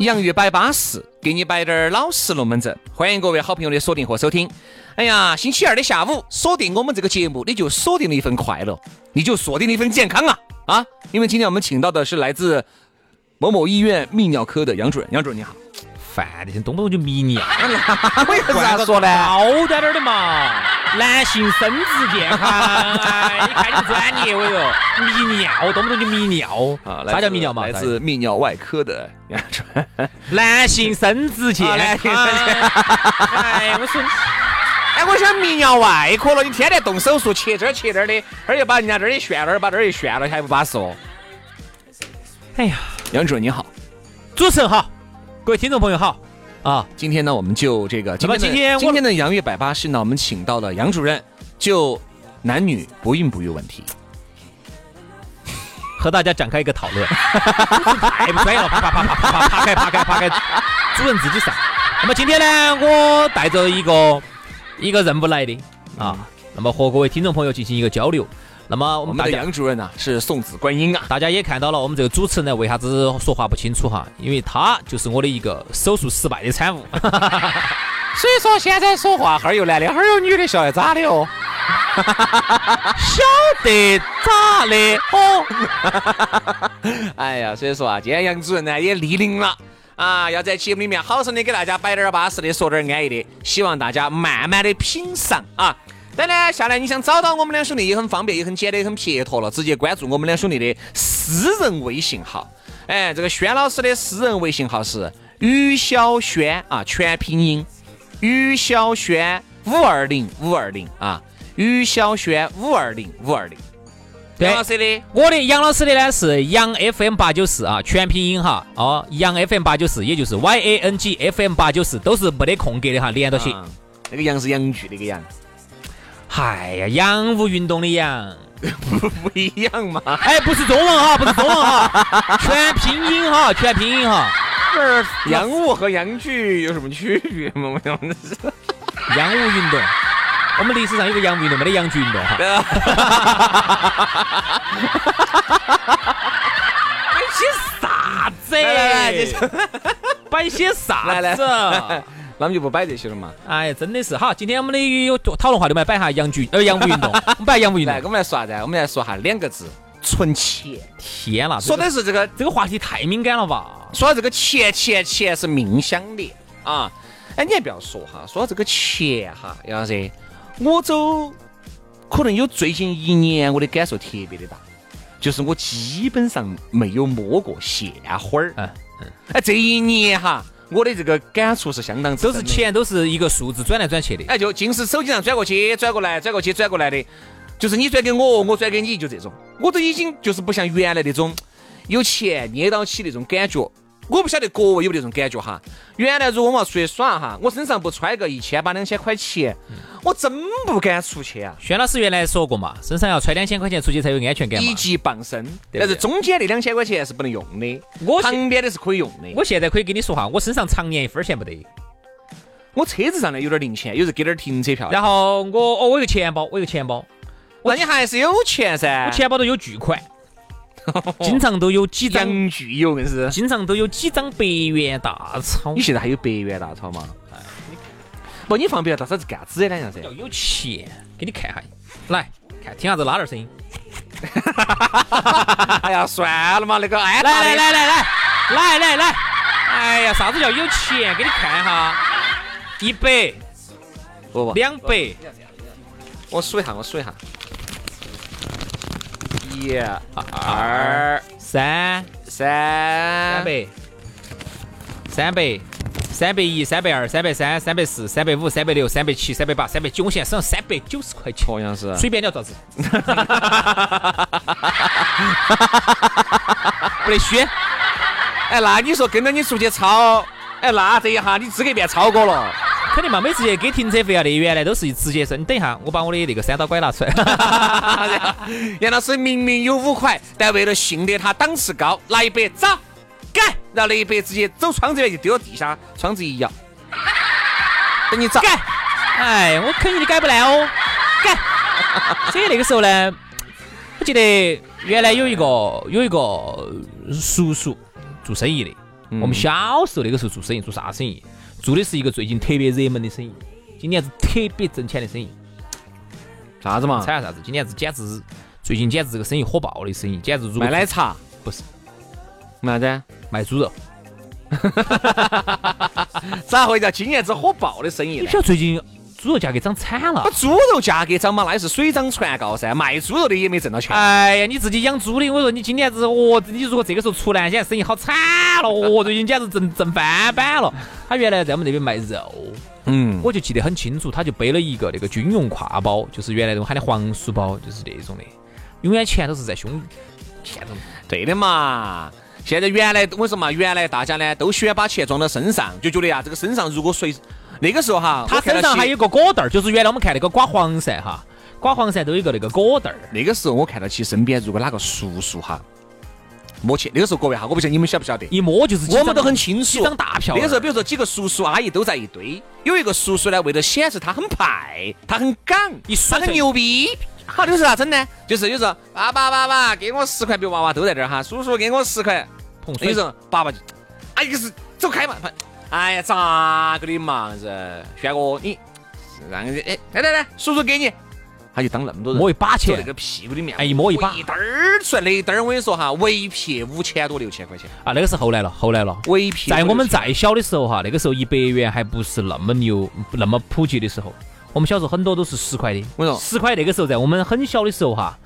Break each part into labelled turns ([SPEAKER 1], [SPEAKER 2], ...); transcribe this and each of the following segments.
[SPEAKER 1] 洋芋摆巴适，给你摆点儿老实龙门阵。欢迎各位好朋友的锁定和收听。哎呀，星期二的下午锁定我们这个节目，你就锁定了一份快乐，你就锁定了一份健康啊啊！因为今天我们请到的是来自某某医院泌尿科的杨主任，杨主任你好。
[SPEAKER 2] 烦的，现在动不动就迷你，
[SPEAKER 1] 为啥子说呢？
[SPEAKER 2] 高端点的嘛，男性生殖健康，哎，你看你专业，我哟，迷尿，动不动就迷尿，
[SPEAKER 1] 啊来
[SPEAKER 2] 啥叫
[SPEAKER 1] 自
[SPEAKER 2] 迷尿嘛？
[SPEAKER 1] 来
[SPEAKER 2] 啥
[SPEAKER 1] 自泌尿外科的杨主任。
[SPEAKER 2] 男性生殖健
[SPEAKER 1] 啊男性
[SPEAKER 2] 康，
[SPEAKER 1] 生殖
[SPEAKER 2] 哎，我说你
[SPEAKER 1] 哎，我想泌尿外科了，你天天动手术，切这儿切那儿的，这儿又把人家这儿也旋了，那儿把这儿也旋了，还不巴适哦。
[SPEAKER 2] 哎呀，
[SPEAKER 1] 杨主任你好，
[SPEAKER 2] 主持人好，各位听众朋友好啊，
[SPEAKER 1] 今天呢，我们就这个，
[SPEAKER 2] 那么
[SPEAKER 1] 的
[SPEAKER 2] 今天我
[SPEAKER 1] 今天的杨月百八十呢，我们请到了杨主任，就男女不孕不育问题。
[SPEAKER 2] 和大家展开一个讨论，哎太不专业了，啪啪啪啪啪啪啪开啪开啪开，主任自己上。那么今天呢，我带着一个一个任务来的啊，那么和各位听众朋友进行一个交流。那么我
[SPEAKER 1] 我
[SPEAKER 2] 们
[SPEAKER 1] 们
[SPEAKER 2] 大
[SPEAKER 1] 的
[SPEAKER 2] 家
[SPEAKER 1] 杨主任呢、是送子观音啊，
[SPEAKER 2] 大家也看到了，我们这个主持人呢，为啥子说话不清楚哈？因为他就是我的一个手术失败的产物。
[SPEAKER 1] 所以说现在说话，哈儿有男的，哈儿有女的，晓得咋的哦？
[SPEAKER 2] 晓得咋的哦？
[SPEAKER 1] 哎呀，所以说啊，今天杨主任呢也莅临了啊，要在节目里面好生的给大家摆点儿巴适的，说点儿安逸的，希望大家慢慢的品尝啊。当然，下来你想找到我们两兄弟也很方便，也很简单，也很撇脱了，直接关注我们两兄弟的私人微信号。哎，这个轩老师的私人微信号是于小轩啊，全拼音于小轩五二零五二零啊，于小轩五二零五二零。
[SPEAKER 2] 对
[SPEAKER 1] 杨老师的
[SPEAKER 2] 我的杨老师的呢是杨 FM 八九四啊，全拼音哈哦，杨 FM 八九四，也就是 Y A N G F M 八九四，都是没得空格的哈，连到起。
[SPEAKER 1] 啊那个杨是杨剧那个杨。
[SPEAKER 2] 哎呀，洋务运动的洋，
[SPEAKER 1] 不一样嘛。
[SPEAKER 2] 哎，不是中文哈，不是中文 哈，全拼音哈，全拼音哈，
[SPEAKER 1] 洋务和洋剧有什么区别吗？我想 问是。
[SPEAKER 2] 洋务运动。我们历史上有个洋务运动，没得洋剧运动哈。摆些啥子？
[SPEAKER 1] 来来来这是
[SPEAKER 2] 摆些啥子？
[SPEAKER 1] 那我们就不摆这些了嘛。
[SPEAKER 2] 哎，真的是哈！今天我们的有讨论话题，我们来摆下洋剧，呃，洋务运 动，我们摆洋务运
[SPEAKER 1] 来，
[SPEAKER 2] 动
[SPEAKER 1] 我。们来说啥子啊？我们来说哈两个字：存钱。
[SPEAKER 2] 天啦，
[SPEAKER 1] 说
[SPEAKER 2] 这个
[SPEAKER 1] 的是这个，
[SPEAKER 2] 这个话题太敏感了吧？
[SPEAKER 1] 说到这个钱，钱，钱是命相连啊。哎，你还不要说哈，说到这个钱哈，杨老师，我走，可能有最近一年我的感受特别的大，就是我基本上没有摸过现花儿。
[SPEAKER 2] 嗯，
[SPEAKER 1] 哎，这一年哈，我的这个感触是相当之
[SPEAKER 2] 都
[SPEAKER 1] 深
[SPEAKER 2] 是
[SPEAKER 1] 的
[SPEAKER 2] 钱，都是一个数字转来转去的。
[SPEAKER 1] 哎，就尽是手机上转过去、转过来、转过去、转过来的，就是你转给我，我转给你，就这种。我都已经就是不像原来那种有钱捏到起那种感觉。我不晓得各位有没有那种感觉哈？原来如果我要出去耍哈，我身上不揣个一千八两千块钱，我真不敢出去啊！
[SPEAKER 2] 轩老师原来说过嘛，身上要揣两千块钱出去才有安全感嘛
[SPEAKER 1] 一。级傍身，
[SPEAKER 2] 对不对
[SPEAKER 1] 但是中间那两千块钱是不能用的，
[SPEAKER 2] 我现
[SPEAKER 1] 旁边的是可以用的。我
[SPEAKER 2] 我现在可以跟你说哈，我身上常年一分钱没得，
[SPEAKER 1] 我车子上呢有点零钱，有时给点停车票。
[SPEAKER 2] 然后我哦，我有个钱包，我有个钱包，
[SPEAKER 1] 那你还是有钱噻，
[SPEAKER 2] 我钱包都有巨 款，经常都有几张，
[SPEAKER 1] 洋具有硬是。
[SPEAKER 2] 经常都有几张百元大钞
[SPEAKER 1] 你。现在还有百元大钞吗？哎不，你放百元大钞是干啥子的呢？杨
[SPEAKER 2] 要
[SPEAKER 1] 子，
[SPEAKER 2] 有钱，给你看下，来看听下子拉链声音。
[SPEAKER 1] 哎呀，算了嘛，那个安
[SPEAKER 2] 来来来来来来来来，哎呀，啥子叫有钱？给你看哈，一百、
[SPEAKER 1] 不不，
[SPEAKER 2] 两百、
[SPEAKER 1] 我数一下，我数一下，一、二、
[SPEAKER 2] 三、三百、三
[SPEAKER 1] 三、
[SPEAKER 2] 百、三百一、三百二、三百三、三百四、三百五、三百六、三百七、三百八、三百九，我现在身上三百九十块钱，
[SPEAKER 1] 好像是。
[SPEAKER 2] 随便你要咋子， 不得虚。
[SPEAKER 1] 哎，那你说跟着你出去超，哎，那这一下你资格变超哥了。
[SPEAKER 2] 肯定嘛，每次去给停车费啊的，原来都是直接说，你等一下，我把我的那个三刀拐拿出来。
[SPEAKER 1] 杨老师明明有五块，但为了训练他档次高，拿一百走，改，然后那一百直接走窗子边就丢到地下，窗子一摇，等你找
[SPEAKER 2] 改，哎，我肯定你改不来哦，改。所以那个时候呢，我记得原来有一个有一个叔叔做生意的，我们小时候那个时候做生意做啥生意？做的是一个最近特别热门的生意，今年是特别挣钱的生意。
[SPEAKER 1] 啥子嘛
[SPEAKER 2] 猜？下啥子？今年是简直是最近简直这个生意火爆的生意，简直如果
[SPEAKER 1] 卖奶茶
[SPEAKER 2] 不是
[SPEAKER 1] 卖啥子？
[SPEAKER 2] 卖猪肉。
[SPEAKER 1] 咋会叫今年子火爆的生意
[SPEAKER 2] 你
[SPEAKER 1] 呢
[SPEAKER 2] 晓？得最近猪肉价格涨惨了
[SPEAKER 1] 把。猪肉价格涨嘛，那是水涨船高噻，卖猪肉的也没挣到钱。
[SPEAKER 2] 哎呀，你自己养猪的，我说你今年子，哦，你如果这个时候出来，现在生意好惨了，哦，最近简直挣挣翻版了。他原来在我们那边卖肉，
[SPEAKER 1] 嗯，
[SPEAKER 2] 我就记得很清楚，他就背了一个那个军用挎包，就是原来那种喊的黄书包，就是那种的，永远钱都是在胸，钱都
[SPEAKER 1] 对的嘛。现在原来我说嘛，原来大家呢都喜欢把钱装到身上，就觉得呀、这个身上如果随那个时候哈，
[SPEAKER 2] 他
[SPEAKER 1] 我看到
[SPEAKER 2] 身上
[SPEAKER 1] 起
[SPEAKER 2] 还有个果袋儿，就是原来我们看那个刮黄鳝哈，刮黄鳝都有一个那个果袋儿。
[SPEAKER 1] 那个时候我看到起身边如果哪个叔叔哈，摸起那个时候各位哈，我不晓得你们晓不晓得，
[SPEAKER 2] 一摸就是几张，
[SPEAKER 1] 我们都很清楚
[SPEAKER 2] 几张大票。
[SPEAKER 1] 那个时候，比如说几个叔叔阿姨都在一堆，有一个叔叔呢，为了显示他很派，他很港，
[SPEAKER 2] 一
[SPEAKER 1] 他
[SPEAKER 2] 甩
[SPEAKER 1] 很
[SPEAKER 2] 腿
[SPEAKER 1] 牛逼。好，就是啥整呢？就是有时候爸爸爸爸给我十块，比如娃娃都在这儿哈，叔叔给我十块，
[SPEAKER 2] 碰
[SPEAKER 1] 有
[SPEAKER 2] 水
[SPEAKER 1] 时候爸爸就，哎，就是走开嘛。哎呀，咋个的嘛子？轩哥，你让人哎，来来来，叔叔给你，他就当那么多人
[SPEAKER 2] 摸一把
[SPEAKER 1] 走那
[SPEAKER 2] 钱
[SPEAKER 1] 个屁股里面，
[SPEAKER 2] 哎一摸一把
[SPEAKER 1] 一单儿出来，那一单儿我跟你说哈，围撇五千多六千块钱，
[SPEAKER 2] 啊，那个是后来了，后来了。
[SPEAKER 1] 围撇
[SPEAKER 2] 在我们
[SPEAKER 1] 在。
[SPEAKER 2] 再小的时候哈，那个时候一百元还不是那么牛、不那么普及的时候，我们小时候很多都是十块的。
[SPEAKER 1] 我跟你说
[SPEAKER 2] 十块那个时候在我们很小的时候哈，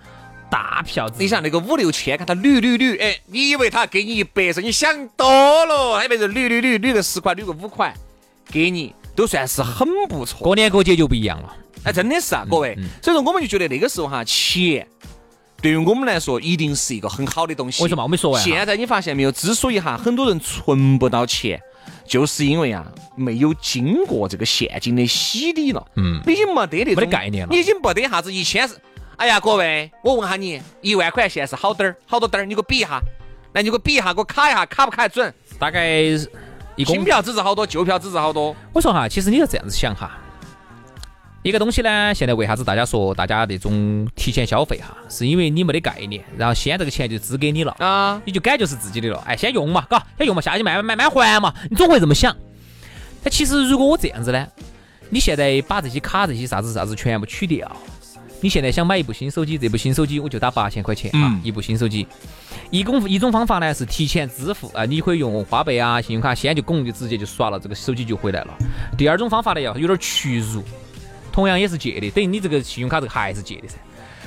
[SPEAKER 2] 大票子
[SPEAKER 1] 你。想那个五六千，看他捋捋捋，哎，你以为他给你一百是？你想多了，他别是捋捋捋捋个十块，捋个五块，给你都算是很不错。
[SPEAKER 2] 过年过节就不一样了，
[SPEAKER 1] 哎，真的是啊，各位，
[SPEAKER 2] 嗯
[SPEAKER 1] 所以说我们就觉得那个时候哈，钱对于我们来说一定是一个很好的东西。
[SPEAKER 2] 为什么？我没说完哈。啊
[SPEAKER 1] 现在你发现没有？之所以哈很多人存不到钱，就是因为啊没有经过这个现金的洗礼了。
[SPEAKER 2] 嗯
[SPEAKER 1] 你已经没得那种
[SPEAKER 2] 没得概念了
[SPEAKER 1] 你已经没得啥子一千是。哎呀，各位，我问下你，一万块钱是好点儿，好多点儿，你给我比一下。来，你给我比一下，给我卡一下，卡不卡得准？
[SPEAKER 2] 大概一公
[SPEAKER 1] 新票纸是好多，旧票纸是好多。
[SPEAKER 2] 我说哈，其实你要这样子想哈，一个东西呢，现在为啥子大家说大家那种提前消费哈，是因为你没得概念，然后先这个钱就支给你了
[SPEAKER 1] 啊，
[SPEAKER 2] 你就感觉是自己的了，哎，先用嘛，嘎，先用嘛，下去慢慢慢慢还嘛，你总会这么想。但其实如果我这样子呢，你现在把这些卡这些啥子啥子全部取掉，你现在想买一部新手机，这部新手机我就打八千块钱啊
[SPEAKER 1] 嗯，
[SPEAKER 2] 一部新手机。一种一种方法呢是提前支付啊，你可以用花呗啊、信用卡，先就拱就直接就刷了，这个手机就回来了。第二种方法呢要有点屈辱，同样也是借的，等于你这个信用卡这个还是借的噻。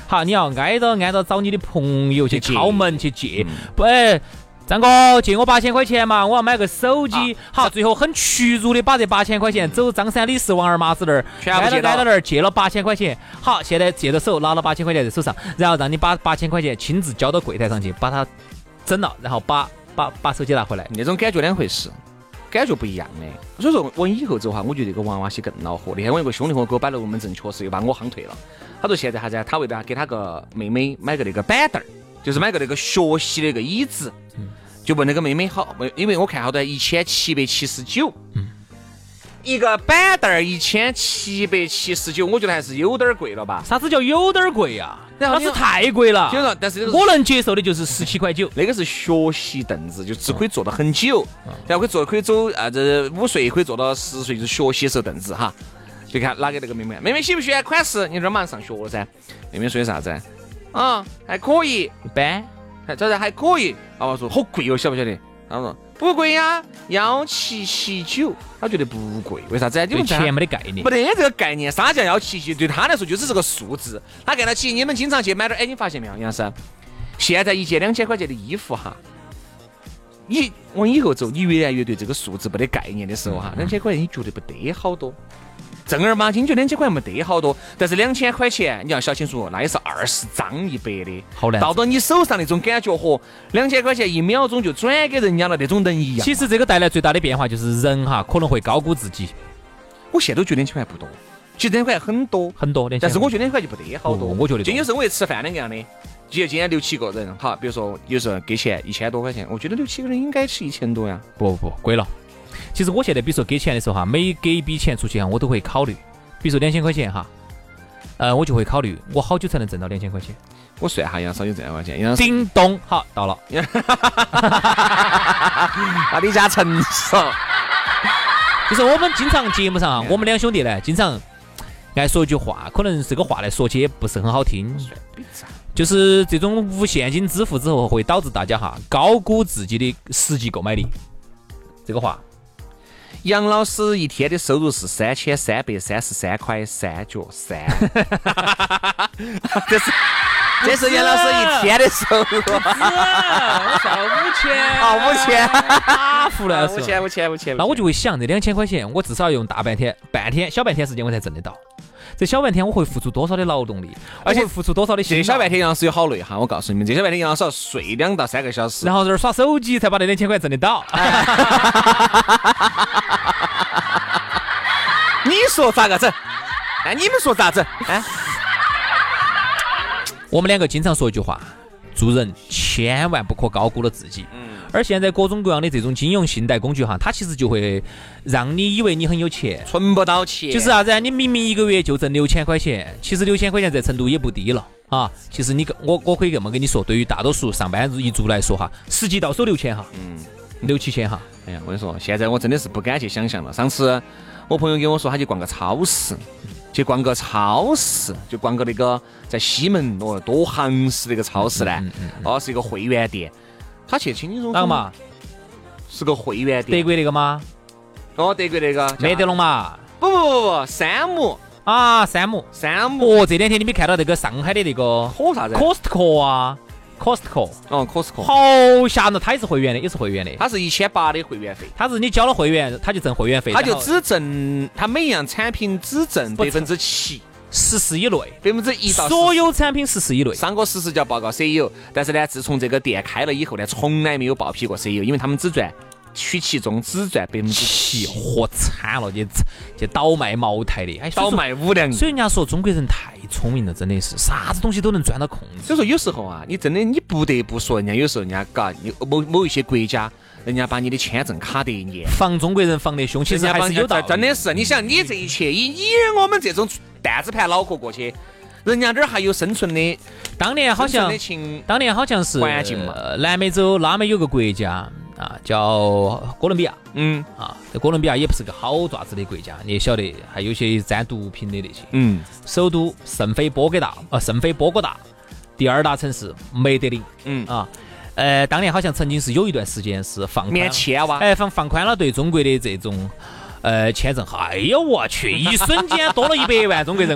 [SPEAKER 2] 好，你要挨着挨着找你的朋友去
[SPEAKER 1] 去借嗯
[SPEAKER 2] 敲门去借，不，哎，张哥借我八千块钱嘛，我要买个手
[SPEAKER 1] 啊
[SPEAKER 2] 机。好，最后很屈辱的把这八千块钱走张三李四王二麻子那儿，
[SPEAKER 1] 全部
[SPEAKER 2] 挨
[SPEAKER 1] 借
[SPEAKER 2] 着
[SPEAKER 1] 到
[SPEAKER 2] 挨着那儿借了八千块钱。好，现在借到手，拿了八千块钱在手上，然后让你把八千块钱亲自交到柜台上去，把它整了，然后把把把手机拿回来。
[SPEAKER 1] 那种感觉两回事，感觉不一样的。所以说我以后走哈，我觉得这个娃娃些更恼火。那天我有个兄弟伙给我摆龙门阵，确实又把我夯退了。他说现在啥子啊？他为了给他个妹妹买个那个板凳儿，就是买个那个学习的那个椅子，就问那个妹妹好，因为我看好多一千七百七十九。一个板凳儿一千七百七十九，我觉得还是有点儿贵了吧。
[SPEAKER 2] 啥子叫有点儿贵呀、
[SPEAKER 1] 然后
[SPEAKER 2] 那
[SPEAKER 1] 你
[SPEAKER 2] 是太贵了
[SPEAKER 1] 听。说，但是这个是
[SPEAKER 2] 我能接受的就是十七块九。
[SPEAKER 1] 那个是学习凳子，就只可以坐到很久，然后可以坐可以走啊，这五岁可以坐到十岁，就是学习时候凳子哈。就看拿给那个妹妹，妹妹喜不喜欢款式？你这儿马上上学了噻。妹妹说的啥子？啊、还可以，
[SPEAKER 2] 一般。
[SPEAKER 1] 还咋子还可以。爸爸说好贵哦，晓不晓得？他说不贵呀，幺七七九，他觉得不贵，为啥子啊？你
[SPEAKER 2] 对
[SPEAKER 1] 们在
[SPEAKER 2] 钱没得概念
[SPEAKER 1] 没。得这个概念，啥叫幺七七？对他来说就只是个数字，他看到起你们经常去买点，哎，你发现没有，杨老师？现在一件两千块钱的衣服哈，你往以后走，你越来越对这个数字没得概念的时候
[SPEAKER 2] 嗯
[SPEAKER 1] 哈，两千块钱你觉得不得好多。正儿八经就两千块没得好多，但是两千块钱你要想清楚，那也是二十张一百的，
[SPEAKER 2] 好难
[SPEAKER 1] 到到你手上那种感觉和两千块钱一秒钟就转给人家了那种人一样。
[SPEAKER 2] 其实这个带来最大的变化就是人哈可能会高估自己
[SPEAKER 1] 我现在都觉得两千块不多，其实两千块很多，
[SPEAKER 2] 很多，
[SPEAKER 1] 但是我觉得两千块就不得好多。
[SPEAKER 2] 哦我觉得多
[SPEAKER 1] 今天有时候我一吃饭两个样的，今今天六七个人，哈，比如说有时候给钱一千多块钱，我觉得六七个人应该吃一千多呀。
[SPEAKER 2] 不不不贵了。其实我现在比如说给钱的时候哈，每给一笔钱出去哈，我都会考虑，比如说两千块钱哈，呃，我就会考虑我好久才能挣到两千块钱。
[SPEAKER 1] 我算一下杨少有这样块钱，杨少
[SPEAKER 2] 叮咚，好到了，
[SPEAKER 1] 啊，李嘉诚是吧
[SPEAKER 2] 就是我们经常节目上啊，我们两兄弟呢经常爱说一句话，可能这个话呢说起也不是很好听，就是这种无现金支付之后会导致大家哈高估自己的实际购买力。这个话
[SPEAKER 1] 杨老师一天的收入是三千三百三十三块三角三， 这是这是杨老师一天的收入
[SPEAKER 2] 五千
[SPEAKER 1] 啊，五千，
[SPEAKER 2] 啊，胡乱
[SPEAKER 1] 五
[SPEAKER 2] 说。
[SPEAKER 1] 千，五千，五千。
[SPEAKER 2] 那我就会想，这两千块钱，我至少要用大半天、半天、小半天时间我才挣得到。这小半天我会付出多少的劳动力，
[SPEAKER 1] 而且
[SPEAKER 2] 我会付出多少的心
[SPEAKER 1] 这
[SPEAKER 2] 力
[SPEAKER 1] 小半，天杨老师有好累哈，我告诉你们，这小半天杨老师要睡两到三个小时。
[SPEAKER 2] 然后在这儿耍手机才把那两千块挣得到。
[SPEAKER 1] 你说咋个整？哎，你们说咋整？哎，
[SPEAKER 2] 我们两个经常说一句话：做人千万不可高估了自己。而现在各种各样的这种金融信贷工具哈，它其实就会让你以为你很有钱。
[SPEAKER 1] 存不到钱，
[SPEAKER 2] 就是啥子啊？你明明一个月就挣六千块钱，其实六千块钱在成都也不低了啊。其实你跟我我可以这么跟你说，对于大多数上班族一族来说哈，实际到手六千哈，嗯，六七千哈，
[SPEAKER 1] 哎呀，我跟你说，现在我真的是不敢去想象了。上次我朋友跟我说，他去逛个超市，去逛个超市，就逛个那个在西门哦多行市那个超市呢，哦是一个会员店。他去轻轻松
[SPEAKER 2] 哪个
[SPEAKER 1] 松
[SPEAKER 2] 嘛？
[SPEAKER 1] 是个会员
[SPEAKER 2] 德
[SPEAKER 1] 店。
[SPEAKER 2] 国那个嘛？
[SPEAKER 1] 哦，德国那个
[SPEAKER 2] 麦德龙嘛？
[SPEAKER 1] 不不不不，山姆
[SPEAKER 2] 啊，山姆。
[SPEAKER 1] 山姆
[SPEAKER 2] 哦，这两天你没看到那个上海的那个
[SPEAKER 1] 可啥子？
[SPEAKER 2] Costco 啊，Costco，
[SPEAKER 1] 哦 Costco，
[SPEAKER 2] 好吓人！它也是会员的，也是会员的。
[SPEAKER 1] 它是一千八的会员费，
[SPEAKER 2] 它是你交了会员，它就挣会员费，
[SPEAKER 1] 它就只挣它每样产品只挣百分之七，
[SPEAKER 2] 十四以内，
[SPEAKER 1] 百分之一到
[SPEAKER 2] 所有产品十四以内。哎
[SPEAKER 1] 上过实时叫报告 CEO，但是呢，自从这个店开了以后呢，从来没有报批过 CEO，因为他们只赚取其中只赚百分之
[SPEAKER 2] 气
[SPEAKER 1] 七，
[SPEAKER 2] 活惨了，去去倒卖茅台的，哎，所以
[SPEAKER 1] 倒
[SPEAKER 2] 说。
[SPEAKER 1] 卖五粮液。
[SPEAKER 2] 所以人家说中国人太聪明了，真的是啥子东西都能钻到空子。
[SPEAKER 1] 所以说有时候啊，你真的你不得不说，人家有时候人家嘎，你某某一些国家，人家把你的签证卡得严，
[SPEAKER 2] 防中国人防得凶，其
[SPEAKER 1] 人
[SPEAKER 2] 实
[SPEAKER 1] 家
[SPEAKER 2] 还
[SPEAKER 1] 把
[SPEAKER 2] 是
[SPEAKER 1] 你
[SPEAKER 2] 有道理。
[SPEAKER 1] 真的是，你想你这一切以你我们这种担子盘脑壳过去，人家这儿还有生存的，
[SPEAKER 2] 当年啊好
[SPEAKER 1] 生存
[SPEAKER 2] 像
[SPEAKER 1] 的情。
[SPEAKER 2] 当年好像是
[SPEAKER 1] 环境嘛
[SPEAKER 2] 呃南美洲拉美有个国家啊，叫哥伦比亚
[SPEAKER 1] 嗯
[SPEAKER 2] 啊，这哥伦比亚也不是个好爪子的国家，你也晓得，还有些沾毒品的那些。
[SPEAKER 1] 嗯
[SPEAKER 2] 首都圣菲波哥大，呃，圣菲波哥大，第二大城市梅德林
[SPEAKER 1] 嗯，
[SPEAKER 2] 啊，呃，当年好像曾经是有一段时间是放宽
[SPEAKER 1] 免
[SPEAKER 2] 了
[SPEAKER 1] 签哇，
[SPEAKER 2] 哎，放放宽了对中国的这种呃签证，哎呦我 去，一瞬间多了一百万中国人，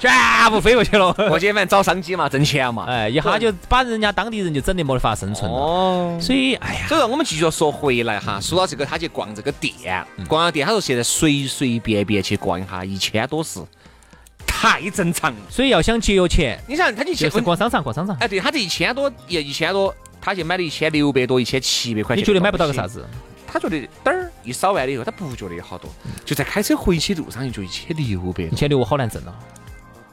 [SPEAKER 2] 全部飞过去了，
[SPEAKER 1] 我今晚找商机嘛，挣钱嘛。
[SPEAKER 2] 哎，一下就把人家当地人就整得没得法生存了。
[SPEAKER 1] 哦，
[SPEAKER 2] 所以，哎呀，
[SPEAKER 1] 所以说，我们继续说回来哈，说到这个，他去逛这个店，
[SPEAKER 2] 嗯
[SPEAKER 1] 逛了店，他说现在随随便便去逛一下，一千多是太正常了。
[SPEAKER 2] 所以要想节约钱，
[SPEAKER 1] 你想，他就去
[SPEAKER 2] 就是逛商场，逛商场，
[SPEAKER 1] 哎，对，他这一千多，也一千多，他去买了一千六百多，一千七百块钱。
[SPEAKER 2] 你觉得买不到个啥？子？
[SPEAKER 1] 他觉得嘚儿一扫完了以后，他不觉得有好多，就在开车回去路上就一千六百
[SPEAKER 2] 一
[SPEAKER 1] 多。
[SPEAKER 2] 千六我好难挣了。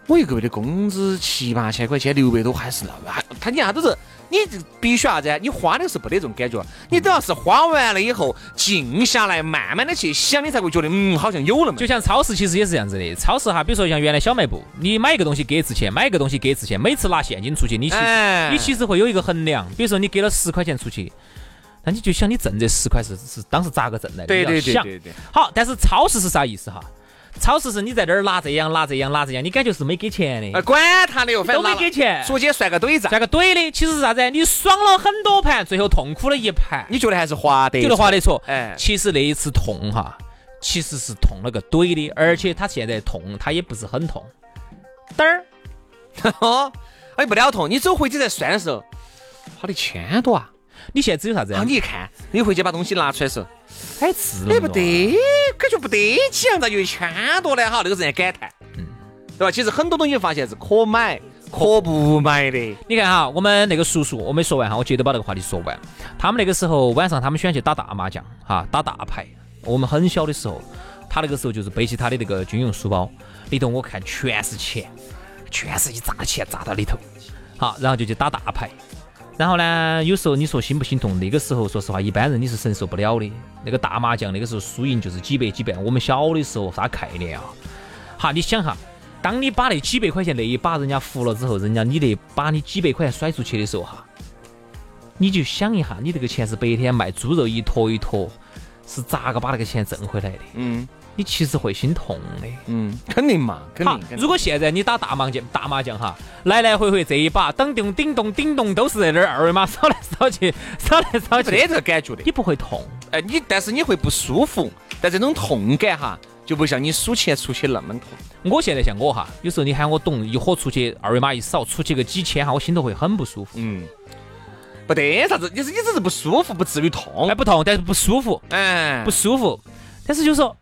[SPEAKER 1] 我一个月的工资七八千块钱，六百多还是那么，他你啥都是，你这必须啥子啊？你花的是没得这种感觉，你都要是花完了以后静下来，慢慢的去想，你才会觉得嗯，好像有了嘛
[SPEAKER 2] 就。像超市其实也是这样子的，超市哈，比如说像原来小卖部，你买一个东西给一次钱，买一个东西给一次钱，每次拿现金出去，你其实、
[SPEAKER 1] 哎
[SPEAKER 2] 你其实会有一个衡量，比如说你给了十块钱出去，那你就想你挣这十块是是当时咋个挣来的？
[SPEAKER 1] 对对
[SPEAKER 2] 你
[SPEAKER 1] 对
[SPEAKER 2] 要想
[SPEAKER 1] 对对，
[SPEAKER 2] 好，但是超市是啥意思哈？超市是你在这儿拿这样拿这样拿这样，你感觉是没给钱的
[SPEAKER 1] 哎，，管他的哟，反
[SPEAKER 2] 都
[SPEAKER 1] 正
[SPEAKER 2] 没
[SPEAKER 1] 拿了
[SPEAKER 2] 给钱，
[SPEAKER 1] 昨天算个怼账，
[SPEAKER 2] 算个怼的。其实是啥子？你爽了很多盘，最后痛苦了一盘，
[SPEAKER 1] 你觉得还是划得？
[SPEAKER 2] 觉得划得着。
[SPEAKER 1] 哎
[SPEAKER 2] 其实那一次痛哈，其实是痛了个怼的，而且他现在痛，他也不是很痛，嘚儿。
[SPEAKER 1] 哦，哎，不了痛，你走回去再算的时候，花了一千多啊！
[SPEAKER 2] 你现在只有啥子
[SPEAKER 1] 然
[SPEAKER 2] 呀
[SPEAKER 1] 后？你一看，你回去把东西拿出来的时候，
[SPEAKER 2] 太自
[SPEAKER 1] 哎，不，得，感觉不得劲啊，咋就一千多呢？哈，那个人在感叹，对吧？其实很多东西发现是可买嗯可不买的。
[SPEAKER 2] 你看哈，我们那个叔叔，我没说完哈，我接着把那个话题说完。他们那个时候晚上，他们喜欢去打大麻将，哈，打大牌。我们很小的时候，他那个时候就是背起他的那个军用书包，里头我看全是钱，全是一扎钱扎到里头，好，然后就去打大牌。然后呢，有时候你说心不心痛？那个时候，说实话，一般人你是承受不了的。那个大麻将，那个时候输赢就是几百几百。我们小的时候啥概念啊？哈，你想哈，当你把那几百块钱那一把人家服了之后，人家你那把你几百块钱甩出去的时候哈，你就想一下，你这个钱是白天卖猪肉一坨一坨，是咋个把那个钱挣回来的？
[SPEAKER 1] 嗯
[SPEAKER 2] 你其实会心痛的。
[SPEAKER 1] 嗯，肯定嘛，肯
[SPEAKER 2] 好
[SPEAKER 1] 定。，肯定
[SPEAKER 2] 如果现在你打大麻将，大麻将哈，来来回回这一把，当叮叮咚叮咚都是在那儿二维码扫来扫去，扫来扫
[SPEAKER 1] 没得
[SPEAKER 2] 去，
[SPEAKER 1] 这个感觉的，
[SPEAKER 2] 你不会痛。
[SPEAKER 1] 哎，你但是你会不舒服，但这种痛感哈，就不像你数钱出去那么痛。
[SPEAKER 2] 我现在像我哈，有时候你喊我懂，一伙出去二维码一扫，出去个几千哈，我心头会很不舒服。
[SPEAKER 1] 嗯，不得啥子，你是你只是不舒服，不至于痛
[SPEAKER 2] 哎，。不痛，但是不舒服，
[SPEAKER 1] 哎，
[SPEAKER 2] 不舒服。但是就说，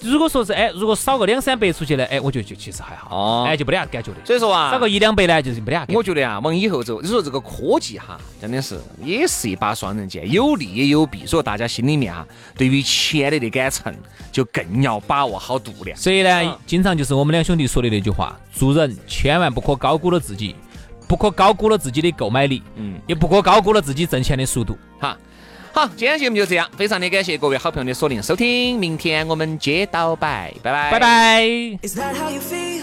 [SPEAKER 2] 如果说是哎，如果少个两三百出去呢，哎，我就就其实还好，
[SPEAKER 1] 哦
[SPEAKER 2] 哎，就没得啥感觉的。
[SPEAKER 1] 所以说啊，
[SPEAKER 2] 少个一两百呢，就是没得啥感觉。
[SPEAKER 1] 我觉得啊，往以后走，你说这个科技哈，真的是也是一把双刃剑，有利也有弊。所以大家心里面啊，对于钱的那杆秤，就更要把握好度量。
[SPEAKER 2] 所以呢
[SPEAKER 1] 嗯，
[SPEAKER 2] 经常就是我们两兄弟说的那句话：做人千万不可高估了自己，不可高估了自己的购买力，
[SPEAKER 1] 嗯，
[SPEAKER 2] 也不可高估了自己挣钱的速度。
[SPEAKER 1] 哈，好，今天节目就这样，非常的感谢各位好朋友的锁定收听，明天我们接到拜，拜拜，
[SPEAKER 2] 拜。拜。
[SPEAKER 3] Is that how you feel?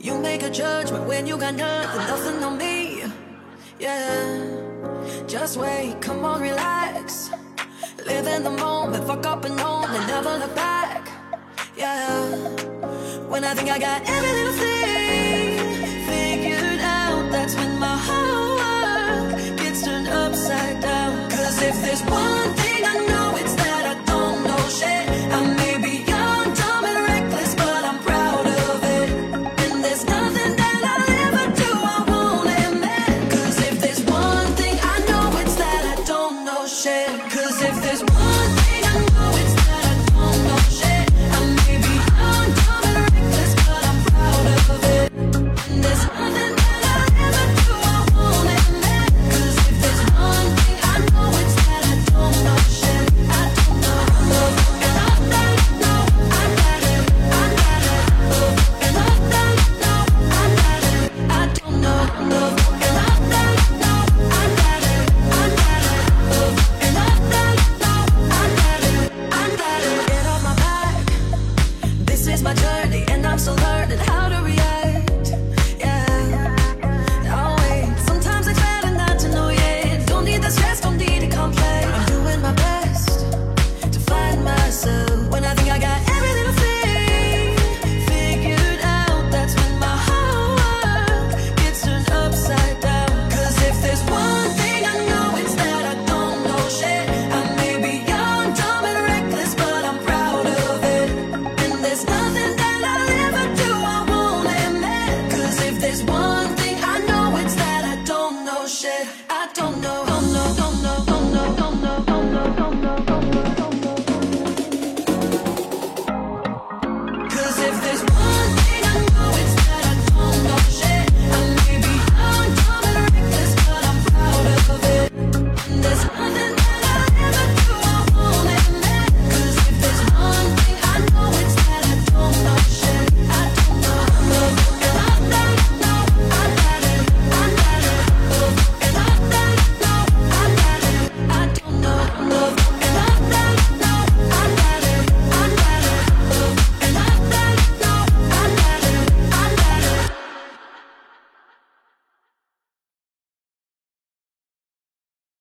[SPEAKER 3] You make a judgment when you got nothing, nothing on me. Yeah. Just wait, come on, relax. Live in the moment, fuck up and on, and never look back. Yeah. When I think I got every little thing. Oh,